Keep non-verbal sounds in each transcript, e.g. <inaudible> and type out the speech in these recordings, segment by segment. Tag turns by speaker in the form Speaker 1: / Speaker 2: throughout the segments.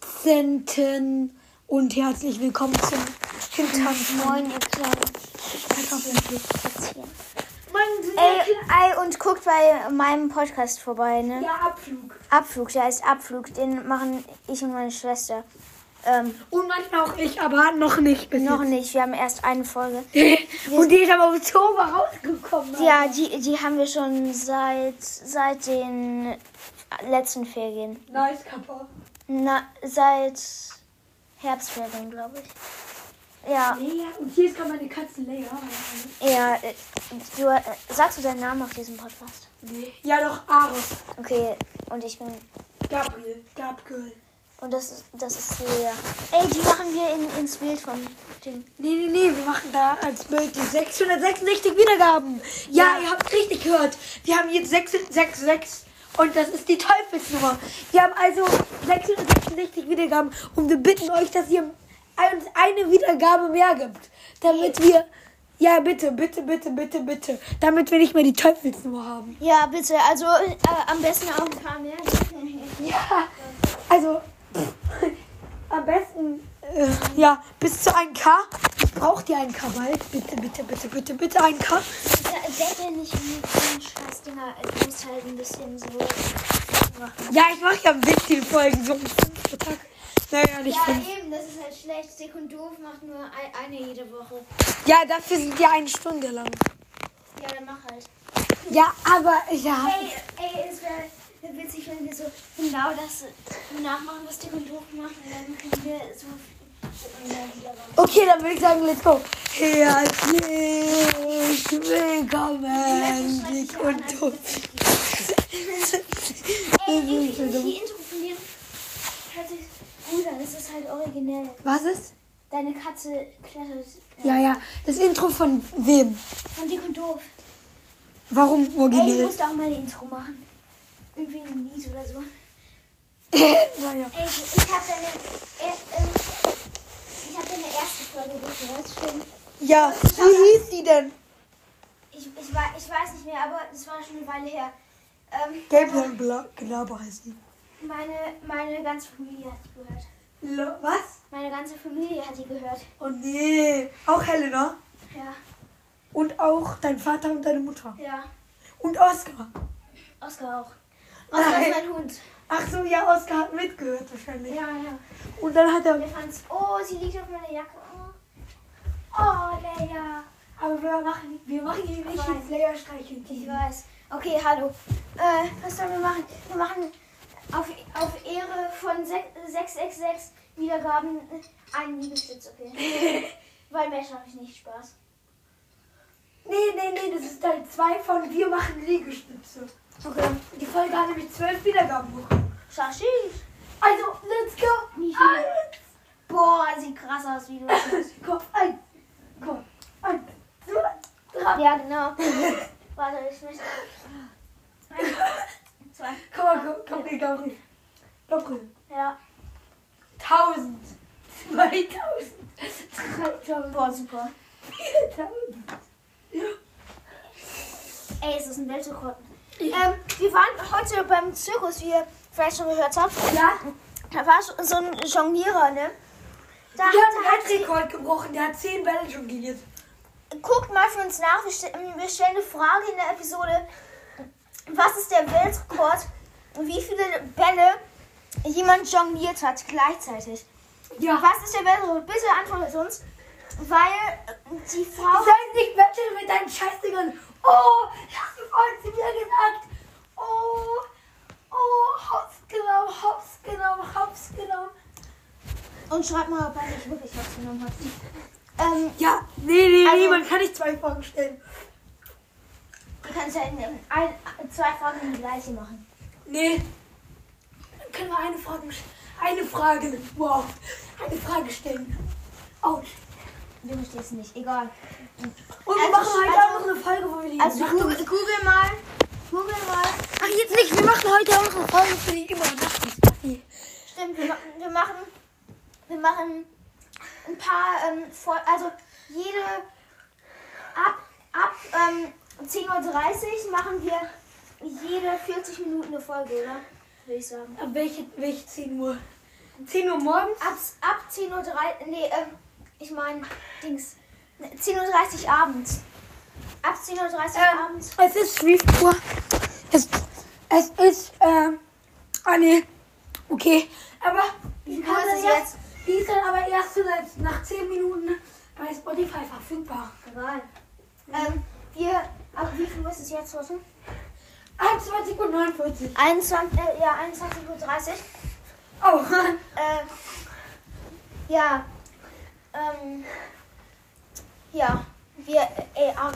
Speaker 1: Moinkzenten und herzlich willkommen zum Kindtanz
Speaker 2: Moin, ihr kleinen
Speaker 1: Kartoffeln.
Speaker 3: Mann, sind
Speaker 2: Ey,
Speaker 1: Äh,
Speaker 3: ja Kinder-
Speaker 2: ey, und guckt bei meinem Podcast vorbei, ne?
Speaker 3: ja Abflug.
Speaker 2: Abflug, der heißt Abflug. Den machen ich und meine Schwester. Ähm,
Speaker 1: Und manchmal auch ich, aber noch nicht bis
Speaker 2: noch nicht, wir haben erst eine Folge.
Speaker 1: jetzt. und die ist aber im Oktober rausgekommen.
Speaker 2: Ja, die, die haben wir schon seit, seit den letzten Ferien.
Speaker 3: Nice, Kappa.
Speaker 2: Na, seit Herbstferien, glaube ich. Ja,
Speaker 3: Lea. Und hier ist gerade meine Katze Lea.
Speaker 2: ja. äh, Du, äh, sagst du deinen Namen auf diesem Podcast?
Speaker 3: Nee. Ja, doch, Aros.
Speaker 2: Okay, und ich bin
Speaker 3: Gabriel. Gabriel.
Speaker 2: Und das ist, das ist Julia. Ey, die machen wir in, ins Bild von dem.
Speaker 1: Nee, nee, nee, wir machen da als Bild die 666 Wiedergaben. Ja,
Speaker 2: Ja.
Speaker 1: ihr habt richtig gehört. Wir haben jetzt 666 und das ist die Teufelsnummer. Wir haben also 666 Wiedergaben und wir bitten euch, dass ihr uns eine Wiedergabe mehr gibt, damit wir... Ja, bitte, bitte, bitte, bitte, bitte. Damit wir nicht mehr die Teufelsnummer haben.
Speaker 2: Ja, bitte. Also äh, am besten auch ein paar mehr.
Speaker 1: Ja, also <laughs> pff, am besten äh, ja bis zu 1K. Ich brauche die 1K bald. Bitte, bitte, bitte, bitte, bitte 1K.
Speaker 2: Deckel nicht mit den Scheißdinger. Du musst halt ein bisschen so machen.
Speaker 1: Ja, ich mache ja ein bisschen Folgen so um fünf pro Tag. Naja, nicht fünf.
Speaker 2: eben, das ist halt schlecht. Dick und doof macht nur ein- eine jede Woche.
Speaker 1: Ja, dafür sind die eine Stunde lang.
Speaker 2: Ja, dann mach halt.
Speaker 1: Ja, aber ja.
Speaker 2: Ey, ey, es wäre witzig, wenn wir so genau das nachmachen, was Dick und doof machen. Dann können wir so. Und dann wieder machen.
Speaker 1: Okay, dann würde ich sagen, let's go. Herzlich willkommen, dick und doof.
Speaker 2: Ey, die, die Intro von dir hört sich gut an. Es ist halt originell.
Speaker 1: Was ist?
Speaker 2: Deine Katze klettert äh,
Speaker 1: Ja, ja. Das Intro von wem?
Speaker 2: von dick und doof.
Speaker 1: Warum
Speaker 2: Ey, ich
Speaker 1: originell?
Speaker 2: musste auch mal ein Intro machen. Irgendwie ein Lied oder so.
Speaker 1: naja.
Speaker 2: Ey, ich habe deine, er- ähm, ich hab deine erste Folge gehört. Stimmt.
Speaker 1: Ja, wie hieß die denn?
Speaker 2: Ich, ich, wei- ich weiß nicht mehr, aber es war schon eine Weile her. Ähm,
Speaker 1: Gelblang Bla- Gelaber heißt die.
Speaker 2: meine, meine ganze Familie hat die gehört.
Speaker 1: Lo- Was?
Speaker 2: Meine ganze Familie hat die gehört.
Speaker 1: Oh nee. Auch Helena.
Speaker 2: Ja,
Speaker 1: Und auch dein Vater und deine Mutter.
Speaker 2: ja.
Speaker 1: Und Oskar.
Speaker 2: Oskar auch. Oskar
Speaker 1: Nein.
Speaker 2: ist mein Hund.
Speaker 1: Ach so, ja, Oskar hat mitgehört wahrscheinlich.
Speaker 2: Ja, ja.
Speaker 1: Und dann hat
Speaker 2: Der
Speaker 1: er.
Speaker 2: fand's. Oh, sie liegt auf meiner Jacke. Oh, oh Leia.
Speaker 1: Aber wir machen, wir machen hier nicht
Speaker 2: Nein.
Speaker 1: ins Leerstreichen.
Speaker 2: Ich weiß. Okay, hallo. Äh, was sollen wir machen? Wir machen auf, auf Ehre von sech- 666 Wiedergaben einen Liegestütz, <laughs> okay? Weil mehr schaffe ich nicht. Spaß.
Speaker 1: Nee, nee, nee, das ist Teil 2 von Wir machen Liegestütze.
Speaker 2: Okay.
Speaker 1: Die Folge hat nämlich 12 Wiedergaben bekommen.
Speaker 2: Schaschig.
Speaker 1: Also, let's go. Ah,
Speaker 2: Nicht wieder. Boah, sieht krass aus, wie du das machst.
Speaker 1: Kopf ein. Kopf ein.
Speaker 2: <laughs> Ja, genau. Warte, ich <laughs> möchte. Zwei.
Speaker 1: Komm mal, komm, komm, nee, Gabriel. Gabriel.
Speaker 2: Ja.
Speaker 1: 1000, 2000, 3000,
Speaker 2: Boah, super.
Speaker 1: 4000.
Speaker 2: Ey, es ist ein Weltrekord. Ähm, wir waren heute beim Zirkus, wie ihr vielleicht schon gehört habt.
Speaker 1: Ja,
Speaker 2: Da war so- so ein Jonglierer, ne? Da
Speaker 1: der
Speaker 2: hat, halt
Speaker 1: hat einen Weltrekord gebrochen. Der hat 10 Bälle jongliert.
Speaker 2: guckt mal für uns nach. Wir, ste ähm, wir stellen eine Frage in der Episode. Was ist der Weltrekord? Und wie viele Bälle jemand jongliert hat gleichzeitig?
Speaker 1: Ja.
Speaker 2: Was ist der Weltrekord? Bitte antwortet uns. Weil äh, die
Speaker 1: Du
Speaker 2: Frau...
Speaker 1: sollst nicht betteln mit deinen Scheißdingern. Oh, hast du vorhin zu mir gesagt. Oh, oh, hops genommen, hops genommen, hops genommen.
Speaker 2: Und schreibt mal, ob er nicht wirklich was genommen hat. Ähm,
Speaker 1: Ja, nee, nee,
Speaker 2: Also-
Speaker 1: man kann nicht zwei Fragen stellen.
Speaker 2: ihr könnt ja in, in ein, zwei Fragen die gleiche machen.
Speaker 1: Nee. Dann können wir eine Frage, eine Frage, wow, eine Frage stellen. Ouch.
Speaker 2: Du verstehst nicht. Egal.
Speaker 1: Und
Speaker 2: Also,
Speaker 1: wir machen heute
Speaker 2: also-
Speaker 1: auch noch eine Folge, wo wir die
Speaker 2: Also
Speaker 1: Nacht-
Speaker 2: google, google mal. Google mal.
Speaker 1: Ach, jetzt nicht. Wir machen heute auch eine Folge für die immer Nachtparty.
Speaker 2: Stimmt, wir, ma- wir machen. Wir machen ein paar ähm, Fol- also jede ab ab ähm, 10.30 Uhr machen wir jede 40 Minuten eine Folge, oder? würde ich sagen.
Speaker 1: Ab welche, welche 10 Uhr? 10 Uhr morgens?
Speaker 2: Ab, ab 10.30 Uhr, nee, ähm, ich meine, Dings. Ne, 10.30 Uhr abends. Ab 10.30 Uhr abends.
Speaker 1: Es ist 12 Uhr. Es, es ist, ähm, ah nee, okay. Aber
Speaker 2: Wie
Speaker 1: die
Speaker 2: kann
Speaker 1: kann
Speaker 2: man
Speaker 1: dann
Speaker 2: das
Speaker 1: erst, die ist dann aber erst so seit- nach 10 Minuten bei Spotify verfügbar.
Speaker 2: Egal. Ähm, wir, aber wie viel muss es jetzt kosten?
Speaker 1: 21.49 Uhr.
Speaker 2: 21, äh, ja, 21.30 Uhr.
Speaker 1: Oh, <laughs>
Speaker 2: Äh, ja. Ähm, ja. Wir, äh, auf,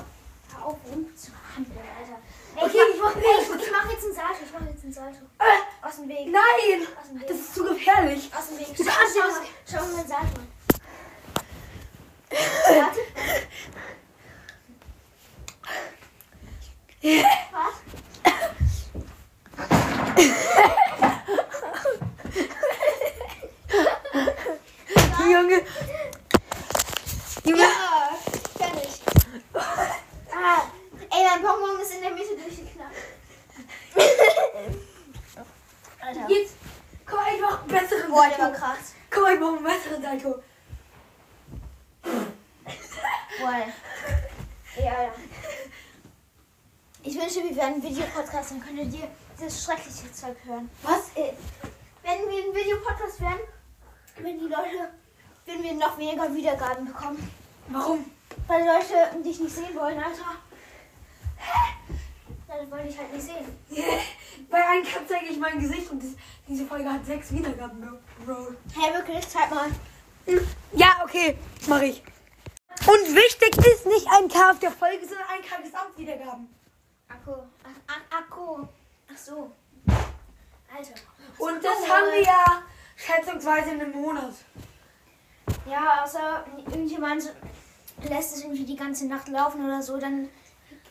Speaker 2: auf rumzuhandeln, Alter. Ey,
Speaker 1: Okay,
Speaker 2: ich
Speaker 1: ich
Speaker 2: mach,
Speaker 1: mach-
Speaker 2: ey, ich, ich mach jetzt einen Salto, ich mach jetzt einen Salto.
Speaker 1: Äh.
Speaker 2: Aus dem Weg.
Speaker 1: nein,
Speaker 2: Aus dem Weg.
Speaker 1: das ist zu gefährlich.
Speaker 2: Aus dem Weg.
Speaker 1: Du
Speaker 2: Schau,
Speaker 1: kannst ja-
Speaker 2: schau, mal- schau mal meinen Salto <laughs> an. Warte. Was?
Speaker 1: Junge. Junge.
Speaker 2: Ja, fertig. Ah, ey, mein Bonbon ist in der Mitte durchgeknallt. Alter.
Speaker 1: Jetzt, komm, ich mach einen besseren
Speaker 2: Boah, der war
Speaker 1: Salto.
Speaker 2: krass.
Speaker 1: Komm, ich mach einen besseren Salto.
Speaker 2: Boah. Ey, Alter. Ich wünsche, wir wären ein Videopodcast, dann könntet ihr dieses schreckliche Zeug hören.
Speaker 1: Was?
Speaker 2: Äh, Wenn wir ein Videopodcast wären, würden die Leute, würden wir noch weniger Wiedergaben bekommen.
Speaker 1: Warum? <laughs>
Speaker 2: Weil die Leute dich nicht sehen wollen, Alter. Dann wollen dich halt nicht sehen.
Speaker 1: Bei einem Kampf zeige ich mein Gesicht und das, diese Folge hat sechs Wiedergaben, Bro.
Speaker 2: Hey, wirklich, zeig mal.
Speaker 1: Ja, okay, mache ich. Und wichtig ist nicht ein K auf der Folge, sondern ein K Gesamtwiedergaben.
Speaker 2: Akku. Ach, an Akku. Ach so. Alter.
Speaker 1: Und das haben wir ja schätzungsweise in einem Monat.
Speaker 2: Ja, außer irgendjemand lässt es irgendwie die ganze Nacht laufen oder so, dann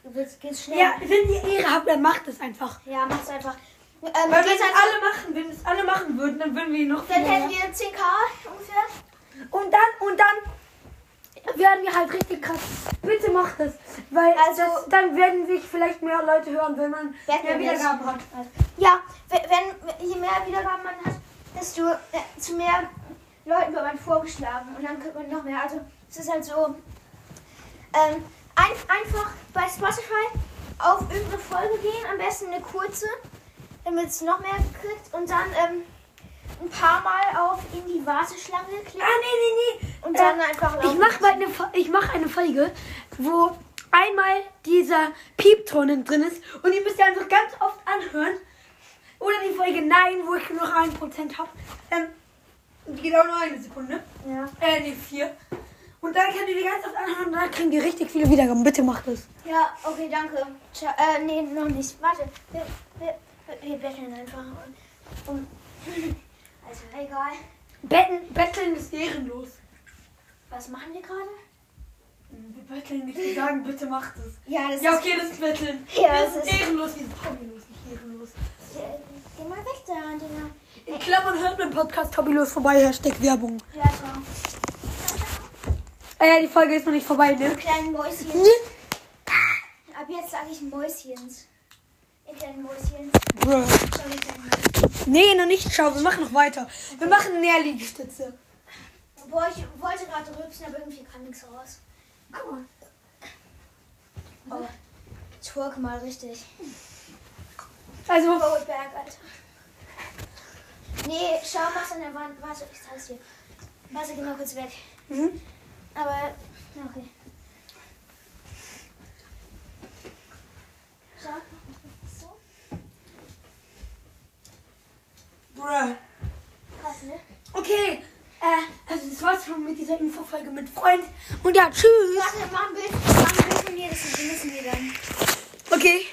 Speaker 2: wird's- geht's schnell.
Speaker 1: Ja, wenn ihr Ehre habt, dann macht es einfach.
Speaker 2: ja macht's einfach. Ähm,
Speaker 1: Weil wenn
Speaker 2: geht's
Speaker 1: es
Speaker 2: einfach-
Speaker 1: alle machen, wenn es alle machen würden, dann würden wir ihn noch
Speaker 2: dann
Speaker 1: viel mehr-
Speaker 2: hätten wir 10k ungefähr.
Speaker 1: Und dann, und dann werden wir halt richtig krass. Bitte macht es. Weil
Speaker 2: Also-
Speaker 1: das, dann werden sich vielleicht mehr Leute hören, wenn man
Speaker 2: Werden
Speaker 1: mehr
Speaker 2: wir nicht.
Speaker 1: Wiedergaben hat.
Speaker 2: Ja, we- wenn je mehr Wiedergaben man hat, desto äh, zu mehr Leuten wird man vorgeschlagen und dann kriegt man noch mehr. Also es ist halt so ähm, ein, einfach bei Spotify auf irgendeine Folge gehen, am besten eine kurze, damit es noch mehr kriegt und dann ähm, ein paar Mal auf in die Warteschlange
Speaker 1: Ah,
Speaker 2: klicken
Speaker 1: nee, nee, nee.
Speaker 2: und dann
Speaker 1: Äh,
Speaker 2: einfach
Speaker 1: Ich
Speaker 2: laufen.
Speaker 1: mach, mal eine, Fo- ich mach eine Folge, wo einmal dieser Piepton drin ist und ihr müsst ihr einfach ganz oft anhören. Oder die Folge Nein, wo ich nur noch 1% habe. Ähm, genau nur eine Sekunde.
Speaker 2: Ja.
Speaker 1: Äh, nee, vier. Und dann könnt ihr die ganz oft anhören und dann kriegen wir richtig viele Wiedergaben. Bitte macht es.
Speaker 2: Ja, okay, danke. Tja, äh, nee, noch nicht. Warte, wir, wir, wir- wir betteln einfach. Um, um. <laughs> Also, egal.
Speaker 1: Betten, betteln ist ehrenlos.
Speaker 2: Was machen wir gerade?
Speaker 1: Wir betteln nicht, wir sagen, bitte macht es.
Speaker 2: Ja, das
Speaker 1: Ja, okay, das ist betteln.
Speaker 2: Ja,
Speaker 1: das
Speaker 2: das
Speaker 1: ist
Speaker 2: ist-
Speaker 1: ehrenlos, wir sind hobbylos, nicht ehrenlos.
Speaker 2: ist... Äh, geh mal weg da, Dinger.
Speaker 1: In Klammern hört mit dem Podcast hobbylos vorbei, Hashtag Werbung.
Speaker 2: Ja, ciao.
Speaker 1: Ah ja, die Folge ist noch nicht vorbei, ne?
Speaker 2: Ihr kleinen Mäuschen. Ab jetzt sage ich Mäuschens. Äh, Ihr kleinen Mäuschen.
Speaker 1: Bruh.
Speaker 2: Ciao, ihr kleinen Mäuschen.
Speaker 1: Nee, noch nicht. Schau, wir machen noch weiter. Wir machen eine Nährliegestütze.
Speaker 2: Boah, ich wollte gerade rübsen, aber irgendwie kam nichts raus.
Speaker 1: Guck mal.
Speaker 2: Oh. Twerk mal richtig.
Speaker 1: Also,
Speaker 2: Goldberg, Alter. Nee, schau, mach's an der Wand. Warte, ich zeig's dir. Warte, geh mal kurz weg.
Speaker 1: mhm.
Speaker 2: Aber, na, okay. Schau. So,
Speaker 1: Bruh.
Speaker 2: krass, ne?
Speaker 1: Okay, äh, also das war's schon mit dieser Infofolge mit Freund. Und ja, tschüss.
Speaker 2: Warte, mach ein Bild, mach ein Bild von dir, das müssen wir dann.
Speaker 1: Okay.